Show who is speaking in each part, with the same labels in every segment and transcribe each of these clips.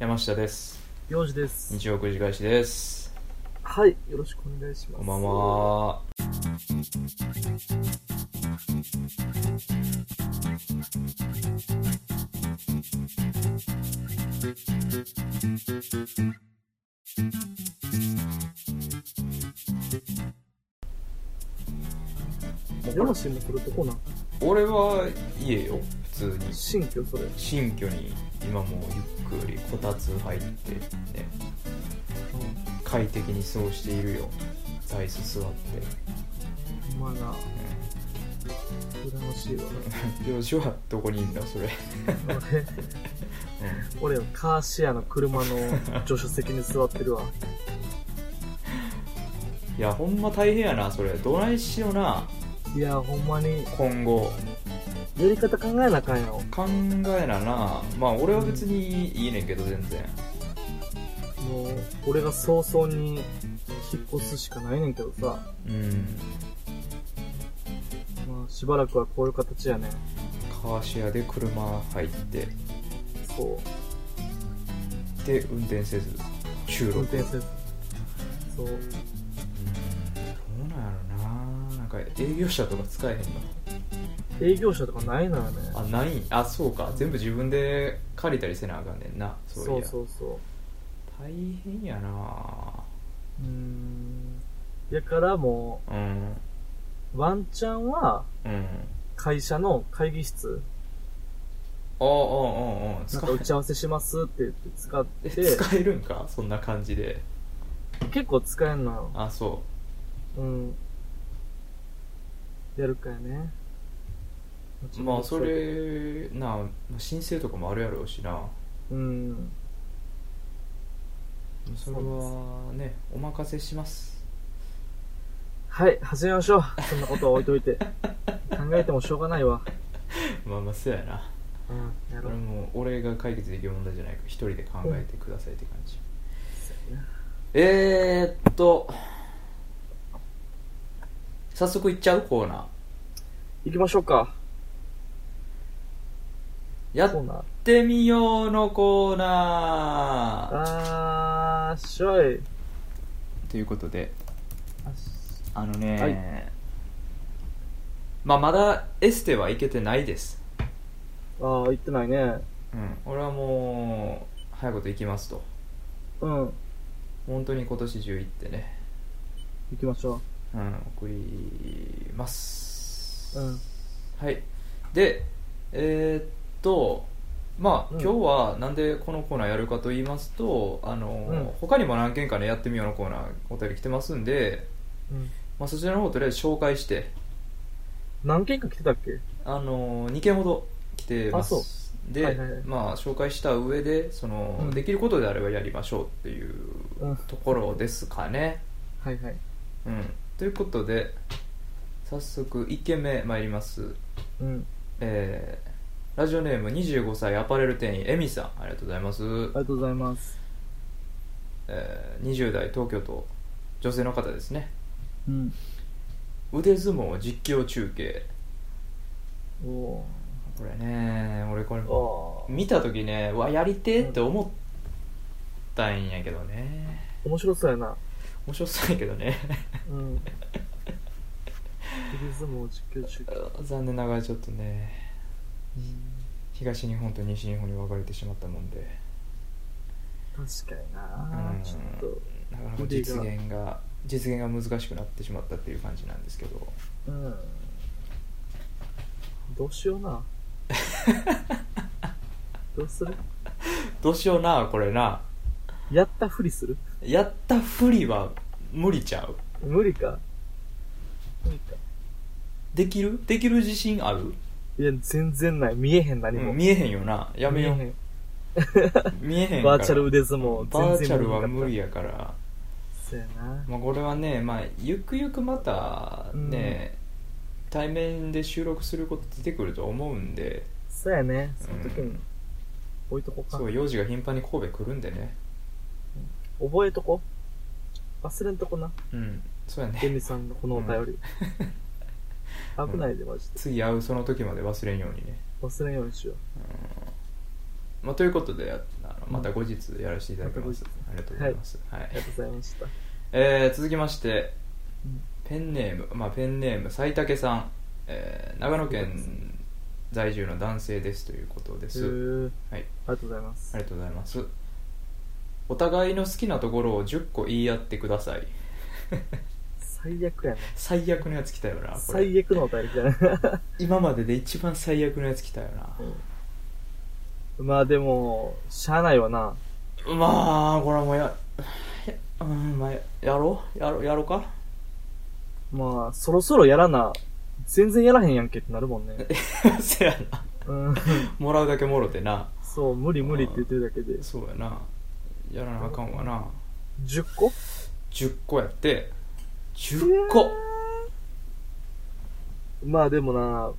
Speaker 1: 山下です
Speaker 2: よじです。
Speaker 1: 日曜くじ返しです
Speaker 2: はい、よろしくお願いしま
Speaker 1: こ
Speaker 2: す。
Speaker 1: んばんは
Speaker 2: 山氏も来るとこなん。
Speaker 1: 俺は家よ普通に
Speaker 2: 新居それ。
Speaker 1: 新居に今もうゆっくりこたつ入ってね快適に過ごしているよ座椅子座って
Speaker 2: うん。まあな、羨ましいわ。
Speaker 1: うん漁師はどこにいんだそれ、
Speaker 2: 俺、俺はカーシェアの車の助手席に座ってるわ。
Speaker 1: いやほんま大変やなそれどないしようない
Speaker 2: や、ほんまに、
Speaker 1: 今後
Speaker 2: やり方考えなあかんやろ。
Speaker 1: 考えななまあ俺は別にいいねんけど全然
Speaker 2: もう、俺が早々に引っ越すしかないねんけどさ。
Speaker 1: うん
Speaker 2: まあ、しばらくはこういう形やね。
Speaker 1: カーシェアで車入って
Speaker 2: そう。
Speaker 1: で運転せず収録
Speaker 2: 運転
Speaker 1: うん
Speaker 2: せず。そう。
Speaker 1: どうなんやろななんか営業者とか使えへんの
Speaker 2: 営業者とかないのよね。
Speaker 1: あないんあそうか全部自分で借りたりせなあかんねんなそうい
Speaker 2: そ
Speaker 1: や
Speaker 2: うそうそう。
Speaker 1: 大変やな
Speaker 2: うーん。やからも
Speaker 1: うん
Speaker 2: う、ワンチャンは
Speaker 1: うん
Speaker 2: 会社の会議室、
Speaker 1: ああああああ
Speaker 2: なん
Speaker 1: 使
Speaker 2: か打ち
Speaker 1: え
Speaker 2: 合わせしますって言って使っ
Speaker 1: え
Speaker 2: て、
Speaker 1: 使えるんかそんな感じで
Speaker 2: 結構使えんのよ。
Speaker 1: あそ
Speaker 2: うん。やるかやね。
Speaker 1: うまあそ。れなあ申請とかもあるやろうしな
Speaker 2: うん。
Speaker 1: それはねお任せします
Speaker 2: はい、始めましょう。そんなことは置いとい て。考えてもしょうがないわ。
Speaker 1: まあまあそうやな
Speaker 2: うん、や
Speaker 1: こ
Speaker 2: ろ
Speaker 1: れ
Speaker 2: う。
Speaker 1: もう俺が解決できる問題じゃないから一人で考えてくださいって感じ、
Speaker 2: そうやな
Speaker 1: えー、っと早速いっちゃうコーナー
Speaker 2: 行きましょうか。
Speaker 1: や
Speaker 2: コー
Speaker 1: っ
Speaker 2: ナー。
Speaker 1: てみようのコーナ
Speaker 2: あー、しょい。
Speaker 1: ーということで
Speaker 2: あし
Speaker 1: あのね、
Speaker 2: は
Speaker 1: まあまだエステは行けてないです、
Speaker 2: あー、行ってないね。
Speaker 1: うん、俺はもう早いこと行きますと
Speaker 2: うん、行
Speaker 1: 本当に今年中行ってね、
Speaker 2: きましょ
Speaker 1: うん、送ります
Speaker 2: う。うん。
Speaker 1: はい。で、えーっと、まあ、
Speaker 2: うん
Speaker 1: 今日はなんでこのコーナーやるかと言いますと、あの、
Speaker 2: うん
Speaker 1: 他にも何件かね、やってみようのコーナー、お便り来てますんで、
Speaker 2: うん
Speaker 1: まあ、そちらの方とりあえず紹介して、
Speaker 2: 何件か来てたっけ
Speaker 1: あの、2件ほど来てます。
Speaker 2: あそ
Speaker 1: で、
Speaker 2: はいはいはい
Speaker 1: まあ、紹介した上で、その、
Speaker 2: うん
Speaker 1: できることであればやりましょうっていう
Speaker 2: うん
Speaker 1: ところですかね。
Speaker 2: はいはい。
Speaker 1: うん。ということで、早速1件目参ります。
Speaker 2: うん。
Speaker 1: えーラジオネーム25歳アパレル店員エミさんありがとうございます、
Speaker 2: ありがとうございます。
Speaker 1: えー20代東京都女性の方ですね
Speaker 2: うん。
Speaker 1: 腕相撲実況中継
Speaker 2: おお
Speaker 1: これね俺これ
Speaker 2: ー。あ
Speaker 1: 見た時ねうわやりてえって思ったんやけどね
Speaker 2: ー面白そうやな。
Speaker 1: 面白そうやけどね
Speaker 2: うん。腕相撲実況中継。
Speaker 1: 残念ながらちょっとね東日本と西日本に分かれてしまったもんで
Speaker 2: 確かに
Speaker 1: う
Speaker 2: なんちょっ
Speaker 1: なかなか実現が実現が難しくなってしまったっていう感じなんですけど
Speaker 2: と。うん。どうしよう な。どうする
Speaker 1: どうしようなこれな
Speaker 2: やったふりする
Speaker 1: やったふりは無理ちゃう
Speaker 2: 無理か。無理か。
Speaker 1: できるできる自信ある、
Speaker 2: いや、全然ない。見えへん何も。
Speaker 1: うん見えへんよなやめよう
Speaker 2: 見えへ
Speaker 1: 見
Speaker 2: ん
Speaker 1: えへんから
Speaker 2: バーチャル腕相撲。
Speaker 1: バー
Speaker 2: 全
Speaker 1: チャ
Speaker 2: 然
Speaker 1: ルは
Speaker 2: 見えなかった
Speaker 1: 無理やから、
Speaker 2: そうやな。
Speaker 1: まあ、これはね、まあ、ゆくゆくまたね、対面で収録すること出てくると思うんで
Speaker 2: そうやね。その時
Speaker 1: う
Speaker 2: に
Speaker 1: ん
Speaker 2: 置いとこうか。
Speaker 1: そう幼児が頻繁に神戸来るんでね
Speaker 2: 覚えとこ。忘れんとこな。
Speaker 1: うんそうや
Speaker 2: エ
Speaker 1: ね
Speaker 2: ミさんのこのお便り。
Speaker 1: ん
Speaker 2: 危ないで、マジで。
Speaker 1: 次会うその時まで忘れんようにね、
Speaker 2: 忘れんようにしよ
Speaker 1: まあ、ということでああのまた後日やらせていただきます、ありがとうございます、はい
Speaker 2: ありがとうございました。
Speaker 1: えー続きましてペンネームまあペンネーム斎竹さん、えー長野県在住の男性ですということです、
Speaker 2: うん、
Speaker 1: はい
Speaker 2: ありがとうございます
Speaker 1: あ。りがとうございますお互いの好きなところを10個言い合ってください
Speaker 2: 最悪やな。
Speaker 1: 最悪のやつ来たよなこれ
Speaker 2: 最悪のお便りじ ゃない。
Speaker 1: 今までで一番最悪のやつ来たよな、
Speaker 2: まあでも、しゃあないわな。
Speaker 1: まあこれはもうややうんまあややろうやろうやろうか
Speaker 2: まあ、そろそろやらな、全然やらへんやんけってなるもん ね。
Speaker 1: せやな
Speaker 2: うん。
Speaker 1: もらうだけもろてな
Speaker 2: そう、無理無理って言ってるだけで。
Speaker 1: そうやなやらなあかんわな
Speaker 2: 10個
Speaker 1: 10個やって10個
Speaker 2: まあでもな、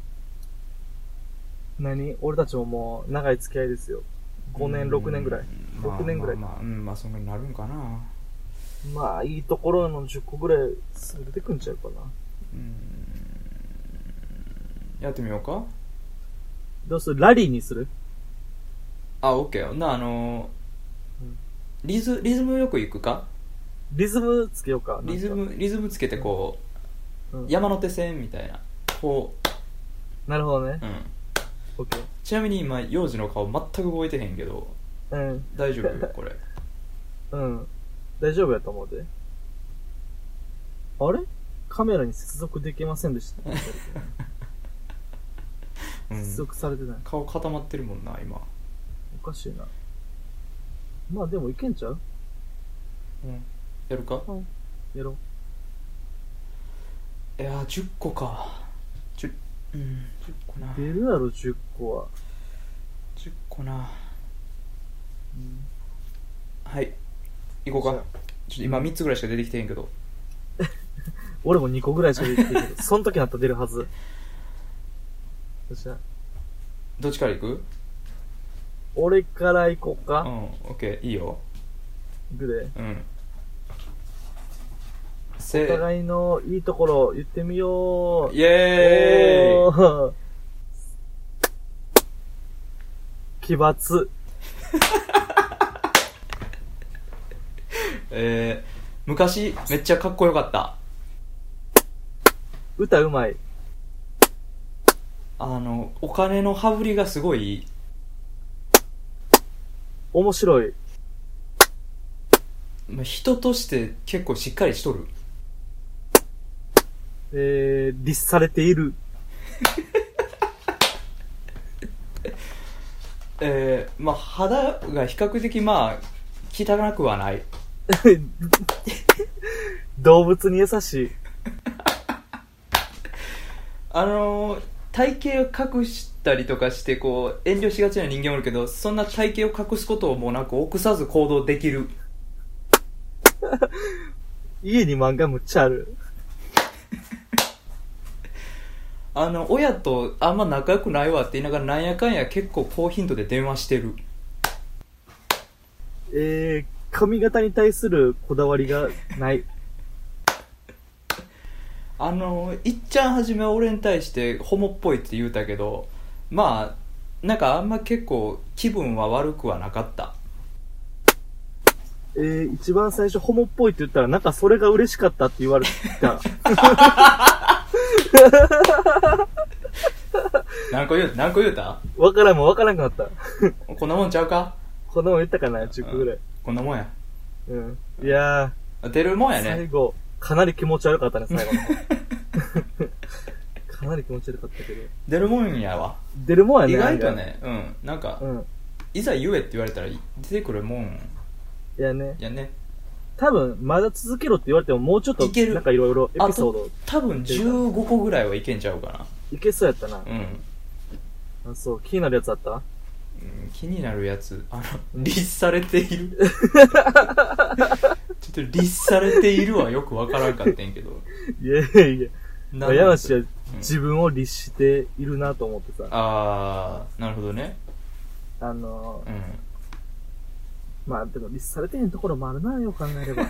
Speaker 2: 何俺たちももう長い付き合いですよ。5年、6年ぐらい。
Speaker 1: うん
Speaker 2: 6年ぐらい
Speaker 1: まあまあまあ、うんまあそんなになるんかな
Speaker 2: まあ、いいところの10個ぐらいすぐ出てくんちゃうかな。
Speaker 1: うんやってみようか
Speaker 2: どうするラリーにする
Speaker 1: あオッケーなあの
Speaker 2: うん
Speaker 1: リズリズムよくいくか
Speaker 2: リズムつけようか。なんか
Speaker 1: リズ、ムリズムつけてこ
Speaker 2: う
Speaker 1: う、
Speaker 2: ん、
Speaker 1: 山手線みたいなこ
Speaker 2: なるほどね
Speaker 1: う、。うん、
Speaker 2: オッケ
Speaker 1: ちなみに今幼児の顔全く覚えてへんけど
Speaker 2: ー。
Speaker 1: 大丈夫これ
Speaker 2: うん。うん。大丈夫やと思うで。あれカメラに接続できませんでした。
Speaker 1: う
Speaker 2: 接
Speaker 1: ん
Speaker 2: 続されてない。
Speaker 1: 顔固まってるもんな今
Speaker 2: おかしいな。まあでもいけんちゃう
Speaker 1: うんやるか
Speaker 2: やろう。
Speaker 1: いやー10個か10うん10個な
Speaker 2: 出るやろ、10個は。
Speaker 1: 10個な
Speaker 2: うん
Speaker 1: はい行こうかちょっと今3つぐらいしか出てきてへんけど
Speaker 2: 俺も2個ぐらいしか出てきてるけど、その時になったら出るはず。よっしゃ。
Speaker 1: どっちから行く
Speaker 2: 俺から行こう
Speaker 1: うん
Speaker 2: か。
Speaker 1: オッケーいいよ
Speaker 2: グレー。
Speaker 1: うん
Speaker 2: お
Speaker 1: せ
Speaker 2: 互いのいいところ言ってみよう。
Speaker 1: イエーイ
Speaker 2: ーイ奇抜。
Speaker 1: えー、昔めっちゃかっこよかった
Speaker 2: 歌うまい。
Speaker 1: あのお金の羽振りがすごい
Speaker 2: 面白い。
Speaker 1: まあ人として結構しっかりしとる
Speaker 2: えー、律されている。
Speaker 1: えー、まあ肌が比較的まあ汚くはない
Speaker 2: 動物に優しい。
Speaker 1: あのー体型を隠したりとかしてこう遠慮しがちな人間もいるけどそんな体型を隠すことをもうなく臆さず行動できる
Speaker 2: 家に漫画むっちゃある。
Speaker 1: あの親とあんま仲良くないわって言いながらなんやかんや結構高頻度で電話してる
Speaker 2: えー、髪型に対するこだわりがない。
Speaker 1: あのーいっちゃんはじめ俺に対してホモっぽいって言うたけどまあなんかあんま結構気分は悪くはなかった
Speaker 2: えー、一番最初ホモっぽいって言ったら、なんかそれが嬉しかったって言われ た。
Speaker 1: 何個言う何個言うた
Speaker 2: わからんもんわからんくなった。
Speaker 1: こんなもんちゃうか
Speaker 2: この前言ったかな、10個ぐらい。
Speaker 1: こんなもんや
Speaker 2: うん。いや
Speaker 1: 出るもん
Speaker 2: ー、
Speaker 1: や
Speaker 2: 最
Speaker 1: ね
Speaker 2: 後、かなり気持ち悪かったね、最後の 方。かなり気持ち悪かったけど。
Speaker 1: 出るもんやわ
Speaker 2: 出るもんやね。
Speaker 1: 意外とねうんなんか
Speaker 2: あれが。うん。
Speaker 1: いざ言えって言われたら出てくるもん
Speaker 2: いやね。
Speaker 1: やね
Speaker 2: 多分、まだ続けろって言われても、もうちょっと、
Speaker 1: いける
Speaker 2: なんかいろいろエピソード、
Speaker 1: 多分15個ぐらいはいけんちゃうか
Speaker 2: いけそうやったな
Speaker 1: なう。ん、
Speaker 2: あそう、気になるやつあった
Speaker 1: うん気になるやつあの律されている ちょっと律されているはよくわからんかってんけど
Speaker 2: いやいやいや。
Speaker 1: な
Speaker 2: 山梨は
Speaker 1: うん
Speaker 2: 自分を律しているなと思ってさ。
Speaker 1: ああなるほどね
Speaker 2: あのー
Speaker 1: う、ん
Speaker 2: まあ、でも、律されてへんところもあるな、よく考えれば。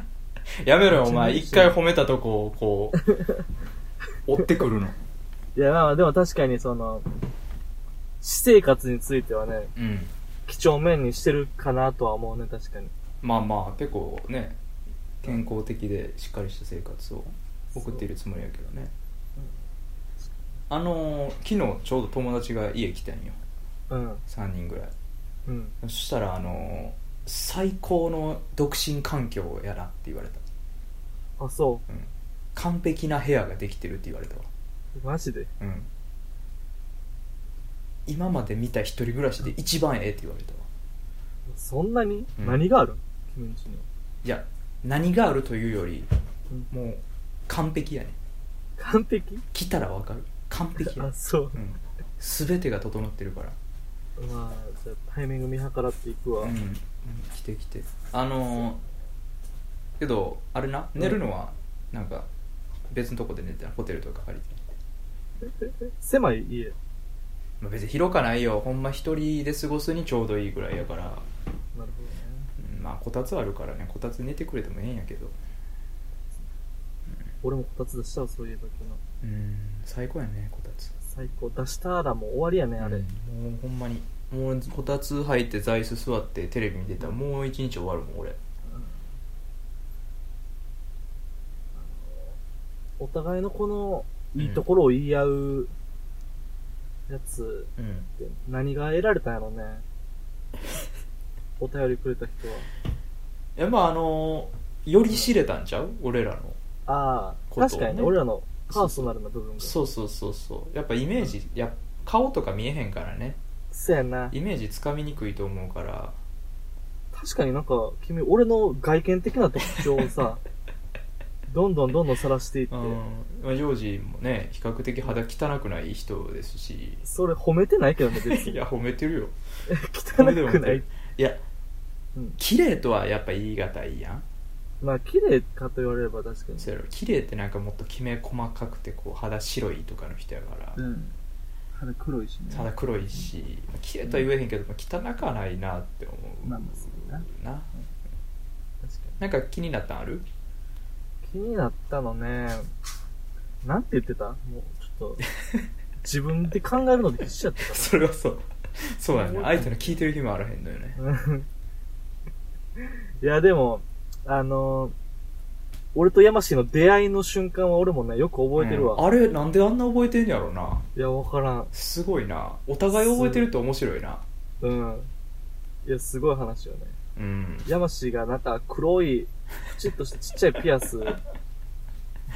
Speaker 1: やめろよお
Speaker 2: う
Speaker 1: 前
Speaker 2: ちの
Speaker 1: 一回褒めたとこをこう追ってく るの
Speaker 2: いや、まあまあ、でも確かにその、私生活についてはね、
Speaker 1: うん
Speaker 2: き几帳面にしてるかなとは思うね、確かに。
Speaker 1: まあまあ結構ね健康的でしっかりした生活を送っているつもりやけどねあのー昨日ちょうど友達が家来たんよ
Speaker 2: うん。
Speaker 1: 3人ぐらい
Speaker 2: うん。
Speaker 1: そしたらあのー最高の独身環境やなって言われた、
Speaker 2: あ、そ
Speaker 1: うん、完璧な部屋ができてるって言われたわ
Speaker 2: う。マジで。
Speaker 1: うん今まで見た一人暮らしで一番ええって言われたわ
Speaker 2: そんなに、
Speaker 1: うん
Speaker 2: 何がある君んちに。
Speaker 1: いや何があるというより
Speaker 2: うん
Speaker 1: もう完璧やね
Speaker 2: 完璧
Speaker 1: 来たらわかる完璧や
Speaker 2: あ、そう。
Speaker 1: うん、全てが整ってるから、
Speaker 2: まあ、じゃあタイミング見計らっていくわ。
Speaker 1: うん、来て来てあのー、けどあれな
Speaker 2: うん
Speaker 1: 寝るのはなんか別のとこで寝てたホテルとか借りて、
Speaker 2: 狭い家。
Speaker 1: まあ、別に広かないよほんま一人で過ごすにちょうどいいぐらいやから、
Speaker 2: なるほどね。
Speaker 1: うんまあこたつあるからねこたつ寝てくれてもええんやけど
Speaker 2: 俺もこたつ出したわ、そういえば昨日。
Speaker 1: うん最高やねこたつ
Speaker 2: 最高。出したらもう終わりやね、あれ。
Speaker 1: うんもうほんまにもうこたつ入って座椅子座ってテレビ見てたらもう一日終わるもん俺
Speaker 2: お互いのこの、いいところを言い合う、やつ
Speaker 1: うん
Speaker 2: って何が得られたんやろね。お便りくれた人は。
Speaker 1: いやまああのーより知れたんちゃう俺らの
Speaker 2: ああ、
Speaker 1: ことをね
Speaker 2: 確かにね、俺らのパーソナルな部分が。
Speaker 1: そうそうそうそうやっぱイメージや顔とか見えへんからね
Speaker 2: そうやな。
Speaker 1: イメージつかみにくいと思うから
Speaker 2: 確かになんか、君、俺の外見的な特徴 をさ、どんどんどんどん晒していって
Speaker 1: う、んまあジョージもね比較的肌汚くない人です し
Speaker 2: それ褒めてないけどね、別
Speaker 1: い
Speaker 2: に。
Speaker 1: や褒めてるよ
Speaker 2: 汚くない。
Speaker 1: いや
Speaker 2: うん
Speaker 1: 綺麗とはやっぱ言い難いやん
Speaker 2: まあ、綺麗かと言われれば確かに。
Speaker 1: そうやろ綺麗ってなんかもっときめ細かくてこう肌白いとかの人やから、
Speaker 2: うん。肌黒いしね。
Speaker 1: 肌黒いしまあ綺麗とは言えへんけど、まあ、汚くはないなって思う
Speaker 2: まあまあそうだな
Speaker 1: な
Speaker 2: 確か
Speaker 1: なんか気になったんある
Speaker 2: に。気になったのね、なんて言ってたもう、ちょっと、自分で考えるので必死やった か
Speaker 1: それはそうそうやね相手の聞いてる暇あらへんのよね
Speaker 2: ら。うんいや、でも、あの俺と山氏の出会いの瞬間は俺もね、よく覚えてるわ。
Speaker 1: うんあれなんであんな覚えてんやろない
Speaker 2: や、わからん。
Speaker 1: すごいなお互い覚えてると面白いな
Speaker 2: うん。いや、すごい話よね。
Speaker 1: うん、
Speaker 2: 山氏がなんか黒い、プチッとしたちっちゃいピアス、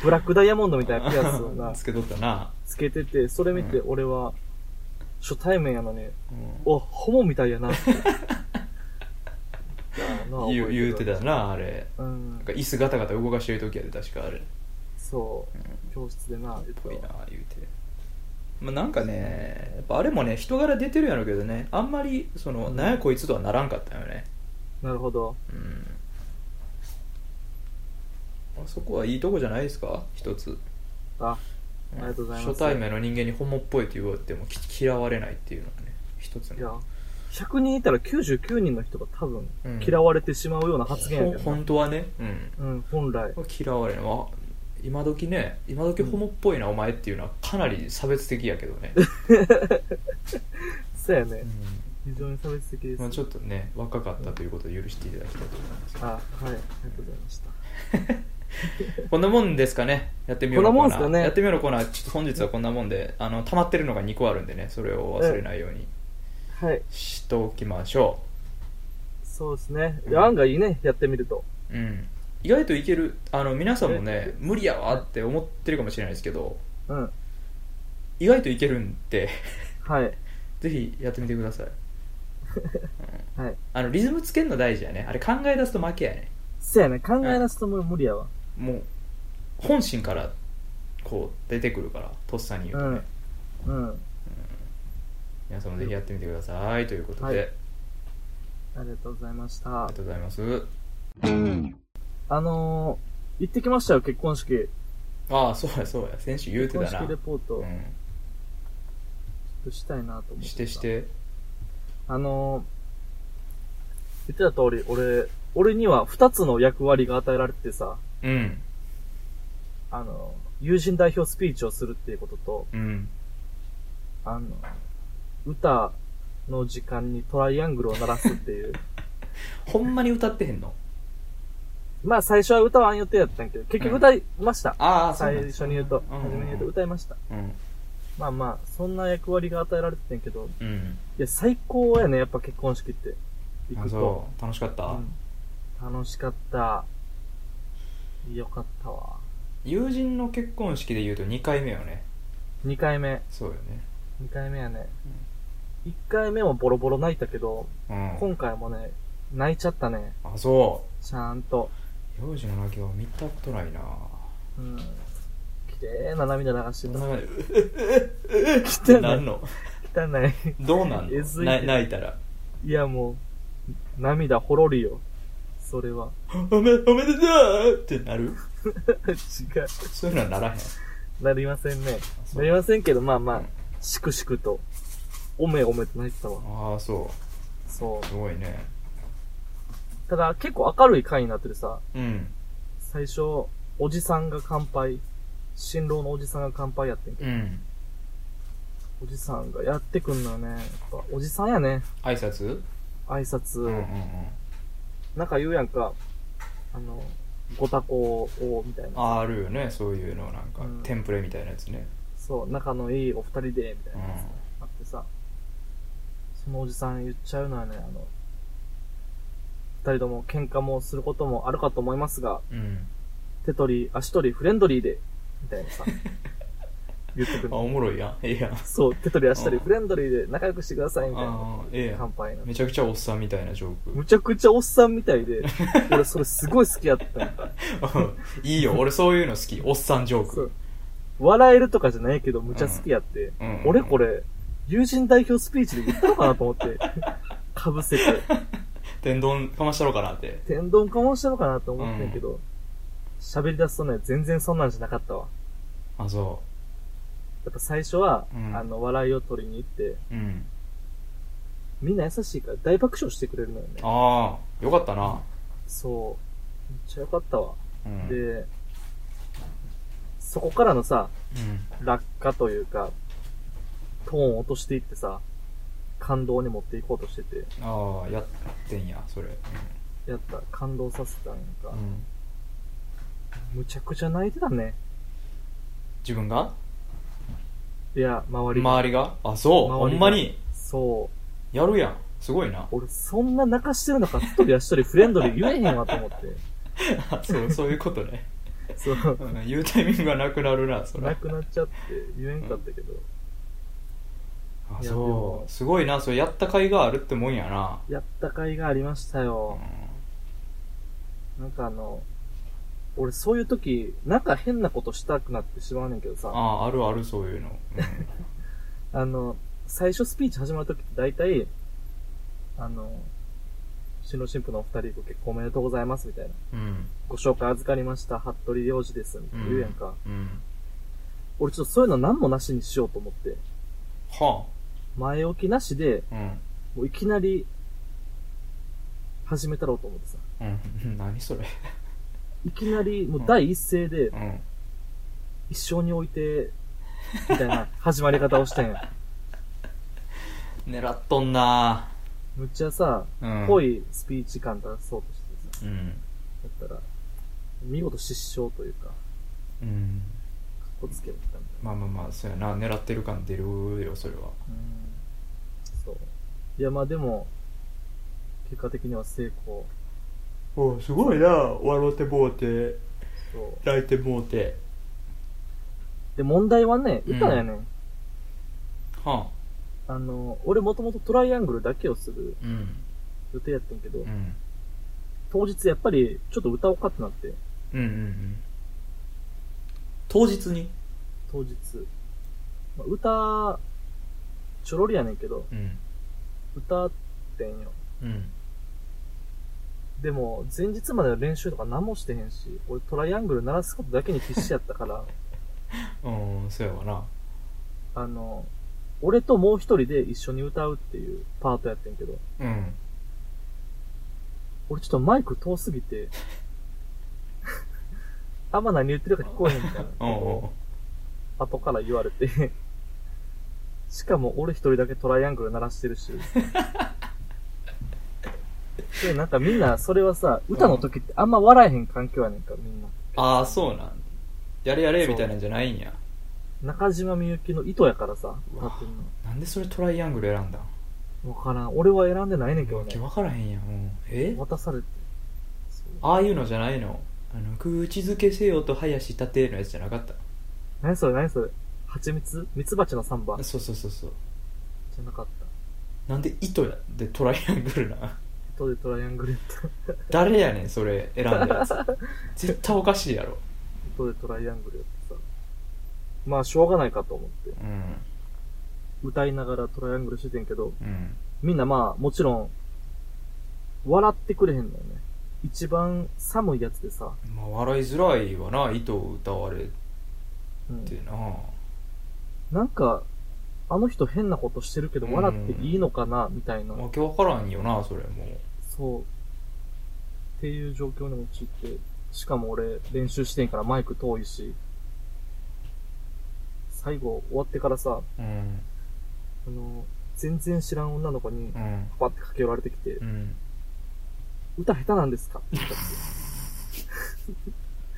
Speaker 2: ブラックダイヤモンドみたいなピアスをな
Speaker 1: つけとったな、
Speaker 2: つけてて、それ見て
Speaker 1: う
Speaker 2: 俺は、初対面やのに、
Speaker 1: う、
Speaker 2: お、ホモみたいやなって。だなん
Speaker 1: 言う言うて。たなあれ
Speaker 2: うん
Speaker 1: なん。か椅子ガタガタ動かしてる時やで確かあれ
Speaker 2: そう
Speaker 1: うん。
Speaker 2: 教室でな、言ってた
Speaker 1: ぽ
Speaker 2: わ
Speaker 1: いな言うて、まあ、なんかねやっぱあれもね人柄出てるやろうけどねあんまりその、
Speaker 2: うん
Speaker 1: なんやこいつとはならんかったよね
Speaker 2: なるほど。
Speaker 1: うんあそこはいいとこじゃないですか一つ
Speaker 2: あ、ありがとうございます
Speaker 1: 初対面の人間にホモっぽいって言われてもき嫌われないっていうのはね一つ
Speaker 2: いや
Speaker 1: の、
Speaker 2: 100人いたら99人の人が多分
Speaker 1: うん、
Speaker 2: 嫌われてしまうような発言や
Speaker 1: ほ
Speaker 2: けどな
Speaker 1: 本当はね、うん、
Speaker 2: うん、本来。
Speaker 1: 嫌われないあ今時ね今時ホモっぽいな、お前っていうのはかなり差別的やけどね、
Speaker 2: そうやね
Speaker 1: う。ん
Speaker 2: 非常に差別的です。
Speaker 1: まあ、ちょっとね若かったということを許していただきたいと思います
Speaker 2: あ、はい。ありがとうございました。
Speaker 1: こんなもんですかねやってみようのコーナー
Speaker 2: こんなもんですかね
Speaker 1: やってみようのコーナーちょっと本日はこんなもんであの溜まってるのが2個あるんでねそれを忘れないように
Speaker 2: はい。
Speaker 1: しておきましょ
Speaker 2: そうですね。いや案外いいね。やってみると。
Speaker 1: ううん意外といけるあの皆さんもね無理やわって思ってるかもしれないですけど
Speaker 2: うん。
Speaker 1: 意外といけるんで
Speaker 2: はい。
Speaker 1: ぜひやってみてください
Speaker 2: はい。
Speaker 1: あのリズムつけるの大事やねあれ考え出すと負けやね
Speaker 2: そうやね。考え出すともう無理やわ。
Speaker 1: もう本心からこう出てくるからとっさに言う
Speaker 2: う
Speaker 1: とね、
Speaker 2: ん。うん。
Speaker 1: 皆さんもぜひやってみてくださいということで、
Speaker 2: はい
Speaker 1: あ
Speaker 2: ありがとうございました
Speaker 1: りが。とうございます
Speaker 2: あのー、行ってきましたよ、結婚式。
Speaker 1: ああそうやそうや先週言うて
Speaker 2: 結婚
Speaker 1: たな
Speaker 2: 式レポート、
Speaker 1: う
Speaker 2: ちょ
Speaker 1: ん
Speaker 2: っとしたいなと思って。
Speaker 1: してし。て
Speaker 2: あのー、言ってた通り、俺、俺には二つの役割が与えられててさ、
Speaker 1: うん
Speaker 2: あのー、友人代表スピーチをするっていうことと、
Speaker 1: うん
Speaker 2: あの、歌の時間にトライアングルを鳴らすっ ていう。
Speaker 1: ほんまに歌ってへんの
Speaker 2: まあ最初は歌わん予定やったんやけど、結局歌いました。
Speaker 1: ああそう
Speaker 2: 最
Speaker 1: なんです
Speaker 2: 初に言うと、
Speaker 1: うんうん
Speaker 2: 初めに言うと歌いました。
Speaker 1: うん
Speaker 2: まあまあ、そんな役割が与えられてたんやけど、
Speaker 1: うん
Speaker 2: いや、最高やね、やっぱ結婚式って。行
Speaker 1: あ
Speaker 2: くと。
Speaker 1: そう楽しかった、
Speaker 2: うん楽しかった。よかったわ。
Speaker 1: 友人の結婚式で言うと2回目よね
Speaker 2: 2回目。
Speaker 1: そうよね
Speaker 2: 2回目やね。1回目もボロボロ泣いたけど、
Speaker 1: うん
Speaker 2: 今回もね、泣いちゃったね。
Speaker 1: あそ
Speaker 2: ちゃんと。
Speaker 1: う幼児の泣きは見たことないな
Speaker 2: うん。綺麗な涙流し
Speaker 1: そ
Speaker 2: て
Speaker 1: ん
Speaker 2: た
Speaker 1: な。感じ
Speaker 2: 汚い。
Speaker 1: なんの
Speaker 2: 汚い。
Speaker 1: どうなん
Speaker 2: え
Speaker 1: の
Speaker 2: ずいて
Speaker 1: な泣いたら
Speaker 2: いやもう、涙ほろりよ。それは。
Speaker 1: 「おめおめでとう!」ってなる
Speaker 2: 違う。
Speaker 1: そういうのはならへんあ
Speaker 2: なりませんね。
Speaker 1: そ
Speaker 2: な
Speaker 1: う
Speaker 2: りませんけど、まあま
Speaker 1: う
Speaker 2: あ
Speaker 1: ん、
Speaker 2: しくしくと、おめおめと泣いてたわ。
Speaker 1: ああそ
Speaker 2: そう
Speaker 1: すごいね
Speaker 2: う。ただ、結構明るい回になってるさ、
Speaker 1: うん
Speaker 2: 最初、おじさんが乾杯、新郎のおじさんが乾杯やってんけど、
Speaker 1: うん
Speaker 2: おじさんがやってくんのよね。やっぱ、おじさんやね。
Speaker 1: 挨拶
Speaker 2: 挨拶、
Speaker 1: うんうんうん
Speaker 2: なんか言うやんか、あの、ご多幸を、みたいな。
Speaker 1: あるよねそういうのなんか、
Speaker 2: うん
Speaker 1: テンプレみたいなやつね
Speaker 2: そう、仲のいいお二人で、みたいうな。
Speaker 1: ん
Speaker 2: あってさ、そのおじさん言っちゃうのはね、あの、二人とも喧嘩もすることもあるかと思いますが、
Speaker 1: うん
Speaker 2: 手取り、足取り、フレンドリーで、みた いなさ、言って
Speaker 1: あ
Speaker 2: くるの。
Speaker 1: おもろいやんええやん
Speaker 2: そう、手取り、足取
Speaker 1: う
Speaker 2: り、
Speaker 1: ん
Speaker 2: フレンドリーで仲良くしてください、みたいな。
Speaker 1: ああええや
Speaker 2: 乾
Speaker 1: ん
Speaker 2: 杯の。
Speaker 1: めちゃくちゃおっさんみたいなジョーク
Speaker 2: むちゃくちゃおっさんみたいで、 俺それすごい好きやった
Speaker 1: う
Speaker 2: の。
Speaker 1: ん いいよ俺そういうの好きおっさんジョー
Speaker 2: そ
Speaker 1: ク
Speaker 2: う。笑えるとかじゃないけど、むちゃ好きやって。
Speaker 1: うんうん
Speaker 2: 俺これ、友人代表スピーチで言ったのかなと思 って、かぶせて。
Speaker 1: 天丼かましたろうかなって
Speaker 2: 天丼かもしてるのかなと思ってんけど、喋、り出すとね、全然そんなんじゃなかったわ。
Speaker 1: あそ
Speaker 2: やっぱ最初は、
Speaker 1: うん
Speaker 2: あの、笑いを取りに行って、
Speaker 1: ううん
Speaker 2: みんな優しいから大爆笑してくれるのよね。
Speaker 1: ああよかったな
Speaker 2: そう。めっちゃよかったわ。
Speaker 1: うん
Speaker 2: で、そこからのさ、
Speaker 1: うん
Speaker 2: 落下というか、トーンを落としていってさ、感動に持っていこうとしてて、
Speaker 1: ああやってんやそれ
Speaker 2: やった、感動させたんやんか、
Speaker 1: うん
Speaker 2: むちゃくちゃ泣いてたね。
Speaker 1: 自分が
Speaker 2: いや、周りが。
Speaker 1: 周りがあそう
Speaker 2: 周りが
Speaker 1: ほんまに
Speaker 2: そう。
Speaker 1: やるやんすごい な
Speaker 2: 俺そんな泣かしてるのか、一人足一人フレンドリー言えへんわと思って。
Speaker 1: そうそういうことね
Speaker 2: そう。
Speaker 1: うん言うタイミングがなくなるなそれ
Speaker 2: なくなっちゃって言えんかったけど。
Speaker 1: あ
Speaker 2: いやで
Speaker 1: そ
Speaker 2: も
Speaker 1: うすごいなそれやった甲斐があるってもんやな
Speaker 2: やった甲斐がありました
Speaker 1: うん
Speaker 2: よ。なんかあの、俺そういう時、なんか変なことしたくなってしまうねんけどさ、あ
Speaker 1: あああるあるそういうの
Speaker 2: の、最初スピーチ始まる時って大体、あの、新郎新婦のお二人ご結婚おめでとうございますみたいな。
Speaker 1: うん
Speaker 2: ご紹介預かりました、服部良二ですって
Speaker 1: うん
Speaker 2: 言うやんか。
Speaker 1: うん
Speaker 2: 俺ちょっとそういうの何もなしにしようと思って、
Speaker 1: は
Speaker 2: 前置きなしで、
Speaker 1: あうん
Speaker 2: もういきなり、始めたろうと思ってさ。
Speaker 1: うん、 何それ。
Speaker 2: いきなり、もう第一声で
Speaker 1: う、ん。
Speaker 2: 一生において、みたいな始まり方をしてんや。
Speaker 1: 狙っとんな
Speaker 2: むっちゃさ、
Speaker 1: うん。
Speaker 2: 濃。いスピーチ感出そうとしてさ、
Speaker 1: うん。
Speaker 2: だったら、見事失笑というか、か
Speaker 1: うん。
Speaker 2: っこつけだったみたいな。
Speaker 1: まあまあまあ、そうやな。狙ってる感出るよ、それは。
Speaker 2: うん。そう。いや、まあでも、結果的には成功。
Speaker 1: おすごいな笑ってもうて、
Speaker 2: そう。
Speaker 1: 泣いてもうて。
Speaker 2: で、問題はね、歌やねん。
Speaker 1: はあ。
Speaker 2: あの、俺もともとトライアングルだけをする
Speaker 1: うん。
Speaker 2: 予定やってんけど、
Speaker 1: うん。
Speaker 2: 当日やっぱりちょっと歌おうかってなって、
Speaker 1: うんうんうん。当日に
Speaker 2: 当日。まあ、歌、ちょろりやねんけど、
Speaker 1: うん。
Speaker 2: 歌ってんよ。
Speaker 1: うん。
Speaker 2: でも、前日までの練習とか何もしてへんし、俺トライアングル鳴らすことだけに必死やったから、
Speaker 1: うん、そうやわな。
Speaker 2: あの、俺ともう一人で一緒に歌うっていうパートやってんけど、
Speaker 1: うん。
Speaker 2: 俺ちょっとマイク遠すぎて、 あんま何言ってるか聞こえへんみたいな
Speaker 1: う
Speaker 2: こと
Speaker 1: んうん
Speaker 2: を、後から言われて、しかも俺一人だけトライアングル鳴らしてるし。で、なんかみんな、それはさ、歌の時ってあんま笑えへん環境やねんか、みんな。
Speaker 1: ああそうなんやれやれみたいなんじゃないんや
Speaker 2: 中島みゆきの糸やからさ、
Speaker 1: う
Speaker 2: 歌
Speaker 1: わ
Speaker 2: ってん
Speaker 1: なんでそれトライアングル選んだん
Speaker 2: の。わからん。俺は選んでないねんけど
Speaker 1: わけ
Speaker 2: ね。
Speaker 1: 分からへんやんうんえ
Speaker 2: 渡されて。そう
Speaker 1: ああいうのじゃないのあの口づけせよと林立てのやつじゃなかった
Speaker 2: 何それ何それ蜂蜜蜜蜂のサンバじ
Speaker 1: そうそうそうそう
Speaker 2: ゃなかった。
Speaker 1: なんで糸やでトライアングルな
Speaker 2: 糸でトライアングルやった。
Speaker 1: 誰やねんそれ選んだやつ絶対おかしいやろ
Speaker 2: 糸でトライアングルやってさ。まあ、しょうがないかと思って。
Speaker 1: うん
Speaker 2: 歌いながらトライアングルしててんけど、
Speaker 1: うん
Speaker 2: みんなまあ、もちろん、笑ってくれへんのよね。一番寒いやつでさ、
Speaker 1: まあ笑いづらいわな糸を歌われ
Speaker 2: うん
Speaker 1: てな
Speaker 2: なんか、あの人変なことしてるけど
Speaker 1: うん
Speaker 2: 笑っていいのかな、みたいな。
Speaker 1: わけ分からんよなそれも
Speaker 2: そう。っていう状況に陥って、しかも俺練習してんからマイク遠いし、最後終わってからさ、
Speaker 1: うん
Speaker 2: あの、全然知らん女の子に
Speaker 1: う、ん
Speaker 2: パパって駆け寄られてきて、
Speaker 1: うん
Speaker 2: 歌下手なんですかって言ったって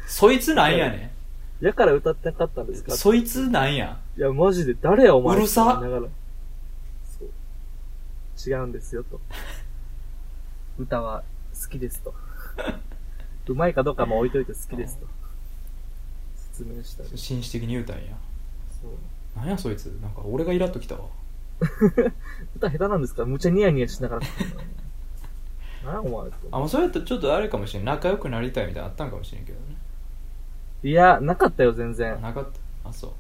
Speaker 1: そいつなんやね
Speaker 2: やから歌ってなかったんです
Speaker 1: ん
Speaker 2: か
Speaker 1: そいつなんや
Speaker 2: いや、マジで誰やお前
Speaker 1: うるさ
Speaker 2: って言いながら。そう。違うんです よ、と。歌は好きですと。 うまいかどうかも置いといて好きですと。説明したり。そう。
Speaker 1: 紳士的に言うたんやなんやそいつなんか俺がイラっときたわ
Speaker 2: 歌下手なんですかむちゃニヤニヤしながら。 なんやお前と
Speaker 1: あもうそれやったらちょっとあれかもしれん仲良くなりたいみたいなのあったんかもしれんけどね
Speaker 2: いや、なかったよ、全然。
Speaker 1: なかったあそ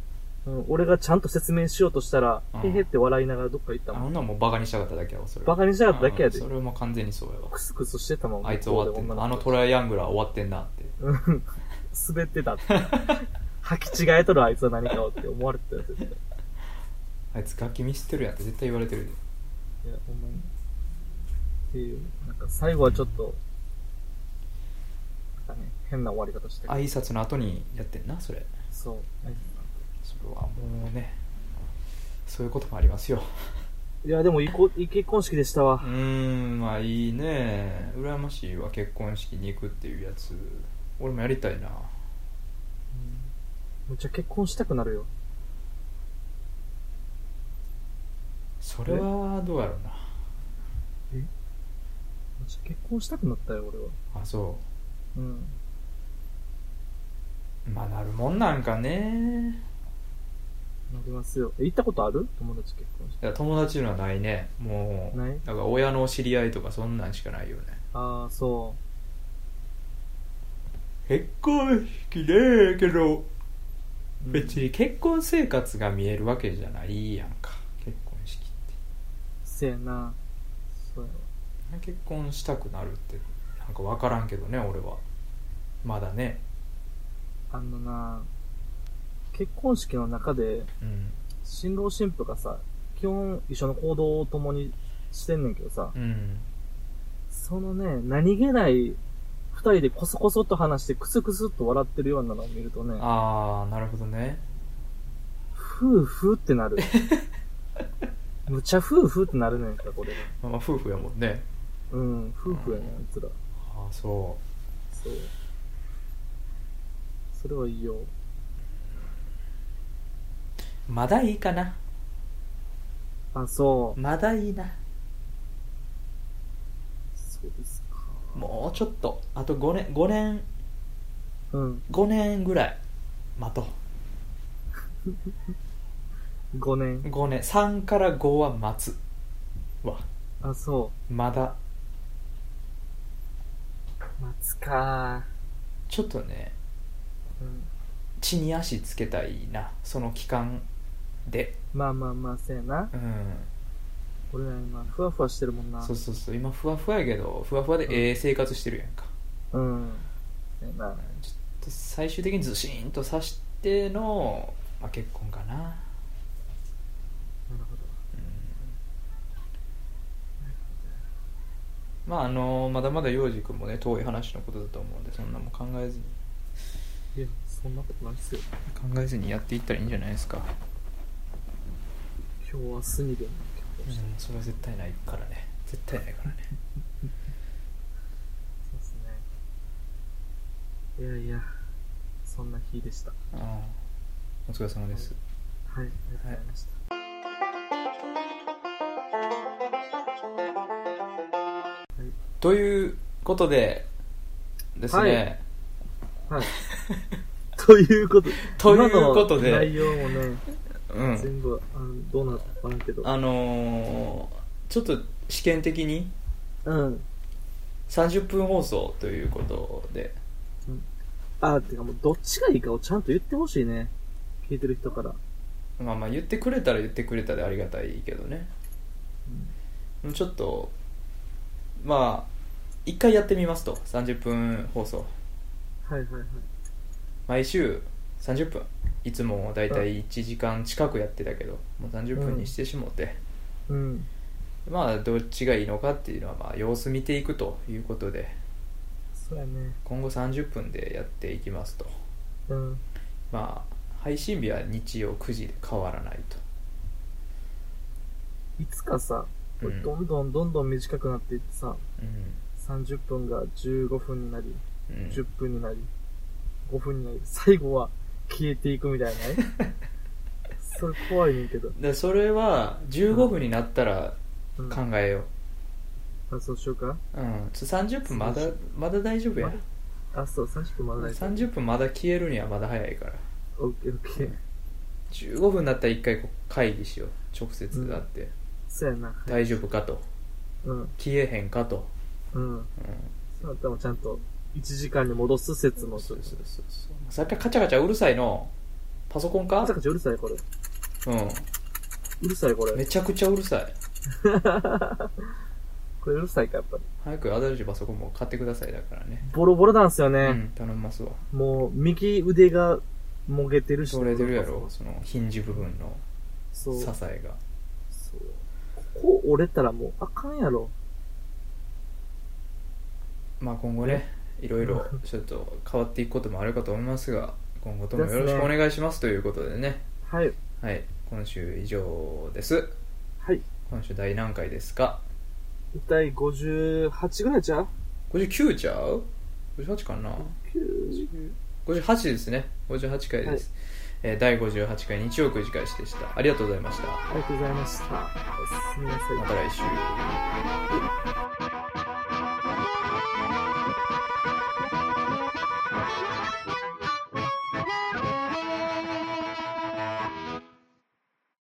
Speaker 1: う
Speaker 2: うん、俺がちゃんと説明しようとしたら、
Speaker 1: うん
Speaker 2: へへって笑いながらどっか行った
Speaker 1: あ
Speaker 2: もん。
Speaker 1: んなもうバカにしたかっただけやわそれ
Speaker 2: バカにしたかっただけやで
Speaker 1: うんそれも完全にそうやわ
Speaker 2: クスクスしてたもん。
Speaker 1: あいつ終わってん
Speaker 2: 女
Speaker 1: なあの
Speaker 2: 子
Speaker 1: トライアングラー終わってんなって
Speaker 2: うん滑っ てたって。履き違えとるあいつは何かをって思われてたよ、絶対。い
Speaker 1: あいつ楽器ミスってるやんって絶対言われてるで
Speaker 2: や、ほんまに。っていう、なんか最後はちょっと、なんかね、変な終わり方したけど。
Speaker 1: 挨拶の後にやってんなそれ
Speaker 2: そう。
Speaker 1: それはもうねそういうこともありますよ
Speaker 2: いや、でもいいこ、いい結婚式でした
Speaker 1: う
Speaker 2: わ
Speaker 1: ー。んまあいいね羨ましいわ結婚式に行くっていうやつ俺もやりたいな
Speaker 2: むっちゃ結婚したくなるよ。
Speaker 1: それはどうやろうな
Speaker 2: むっちゃ結婚したくなったよ、俺は。
Speaker 1: あそ
Speaker 2: うん。
Speaker 1: うまあなるもんなんかね
Speaker 2: なりますよ。え、行ったことある友達結婚式。
Speaker 1: いや友達のはないねもう
Speaker 2: ない
Speaker 1: だから親の知り合いとかそんなんしかないよね
Speaker 2: ああ、そ
Speaker 1: 結婚式ねえけど
Speaker 2: う。うん
Speaker 1: 別に結婚生活が見えるわけじゃないやんか結婚式って
Speaker 2: せやな。そうやわ。
Speaker 1: 結婚したくなるってなんか分からんけどね俺はまだね
Speaker 2: あのな、結婚式の中で、
Speaker 1: うん
Speaker 2: 新郎新婦がさ、基本一緒の行動を共にしてんねんけどさ、
Speaker 1: うん
Speaker 2: そのね、何気ない二人でコソコソと話してクスクスっと笑ってるようなのを見るとね、
Speaker 1: ああなるほどね
Speaker 2: ふうふうってなる。むちゃふうふうってなるねんか、これが。
Speaker 1: まあまあ夫婦やもんね
Speaker 2: うん、夫婦やねん、あいつら。
Speaker 1: ああそ
Speaker 2: そう。それはいいよ。
Speaker 1: うまだいいかな
Speaker 2: あ、そう。
Speaker 1: まだいいな
Speaker 2: そうですか。
Speaker 1: もうちょっとあと5年5年
Speaker 2: うん、
Speaker 1: 5年ぐらい待と
Speaker 2: 5
Speaker 1: う
Speaker 2: 年。
Speaker 1: 5年3から5は待つわ
Speaker 2: あ、そう。
Speaker 1: まだ
Speaker 2: 待つか
Speaker 1: ちょっとね
Speaker 2: うん。
Speaker 1: 地に足つけたいなその期間で
Speaker 2: まあまあまあ、せやな。
Speaker 1: うん
Speaker 2: 俺ら今、ふわふわしてるもんな。
Speaker 1: そうそうそう今ふわふわやけどふわふわでええ生活してるやんか、
Speaker 2: うん。せやな。
Speaker 1: ちょっと最終的にズシーンと刺しての、まあ、結婚かな、
Speaker 2: なるほど。
Speaker 1: まああのまだまだ陽次君もね遠い話のことだと思うんでそんなもん考えずに
Speaker 2: いや、そんなことないっすよ。
Speaker 1: 考えずにやっていったらいいんじゃないですか
Speaker 2: 今日今日はスニで
Speaker 1: う
Speaker 2: 結婚
Speaker 1: ん
Speaker 2: した、
Speaker 1: それは絶対ないからね絶対ないからね
Speaker 2: そうですねいやいやそんな日でした
Speaker 1: ああお疲れ様です
Speaker 2: はいありがとうございました、
Speaker 1: ということでですね、
Speaker 2: はい はい。ということ。
Speaker 1: ということで
Speaker 2: 今の内容もね、
Speaker 1: うん
Speaker 2: 全部、あのどうなったかなけど。
Speaker 1: あのーちょっと試験的に
Speaker 2: うん。
Speaker 1: 30分放送ということで
Speaker 2: あ、てかもう、どっちがいいかをちゃんと言ってほしいね。聞いてる人から。
Speaker 1: まあまあ言ってくれたら言ってくれたでありがたいけどねちょっとまあ一回やってみますと30分放送
Speaker 2: はいはいはい。
Speaker 1: 毎週30分いつもだいたい1時間近くやってたけどもう30分にしてしもって、
Speaker 2: うん。
Speaker 1: まあどっちがいいのかっていうのはまあ様子見ていくということで
Speaker 2: そうやね。
Speaker 1: 今後30分でやっていきますと
Speaker 2: うん。
Speaker 1: まあ配信日は日曜9時で変わらないと
Speaker 2: いつかさ、これ
Speaker 1: うん
Speaker 2: どんどんどんどん短くなっていってさ、30分が15分になり、
Speaker 1: うん、うん、
Speaker 2: 10分になり、5分になり、最後は消えていくみたいなね。 それ怖いねんけど。
Speaker 1: でそれは15分になったら
Speaker 2: うん
Speaker 1: 考えよ
Speaker 2: あ、そうしようか。
Speaker 1: う、うん、つ30分まだまだ大丈夫や
Speaker 2: あ、そう、30分まだない。
Speaker 1: 30分まだ消えるにはまだ早いから
Speaker 2: オッケーオッケー。
Speaker 1: 15分だったら一回こう会議しよう直接だって、
Speaker 2: そうやな。
Speaker 1: 大丈夫かと
Speaker 2: うん。
Speaker 1: 消えへんかと、
Speaker 2: う
Speaker 1: う
Speaker 2: ん。
Speaker 1: ん、
Speaker 2: そうやったらちゃんと、1時間に戻す説もち
Speaker 1: そ
Speaker 2: ょ
Speaker 1: う
Speaker 2: っと。
Speaker 1: そうそうそうさっきカチャカチャうるさいのパソコンか
Speaker 2: まさかちょうるさいこれ。
Speaker 1: う
Speaker 2: うるさいこ
Speaker 1: んめ
Speaker 2: れ。
Speaker 1: ちゃくちゃうるさい
Speaker 2: これうるさいか、やっぱり。
Speaker 1: 早く新しいパソコンも買ってくださいだからね
Speaker 2: ボロボロなんすよ
Speaker 1: う
Speaker 2: ね。
Speaker 1: ん頼みますわ
Speaker 2: もう、右腕が、もげてるし。
Speaker 1: 取れてるやろそのヒンジ部分の
Speaker 2: そう。
Speaker 1: 支
Speaker 2: そう。
Speaker 1: えが
Speaker 2: ここ折れたらもう、あかんやろ。
Speaker 1: まあ今後ねいろいろちょっと変わっていくこともあるかと思いますが今後ともよろしくお願いしますということでね
Speaker 2: はい。
Speaker 1: はい今週以上です
Speaker 2: はい。
Speaker 1: 今週第何回ですか
Speaker 2: 第58ぐらいちゃう
Speaker 1: 59ちゃう ?58 かな58ですね58回です、えー第58回日曜9時開始でしたありがとうございました
Speaker 2: ありがとうございました。すみません
Speaker 1: ま。た来週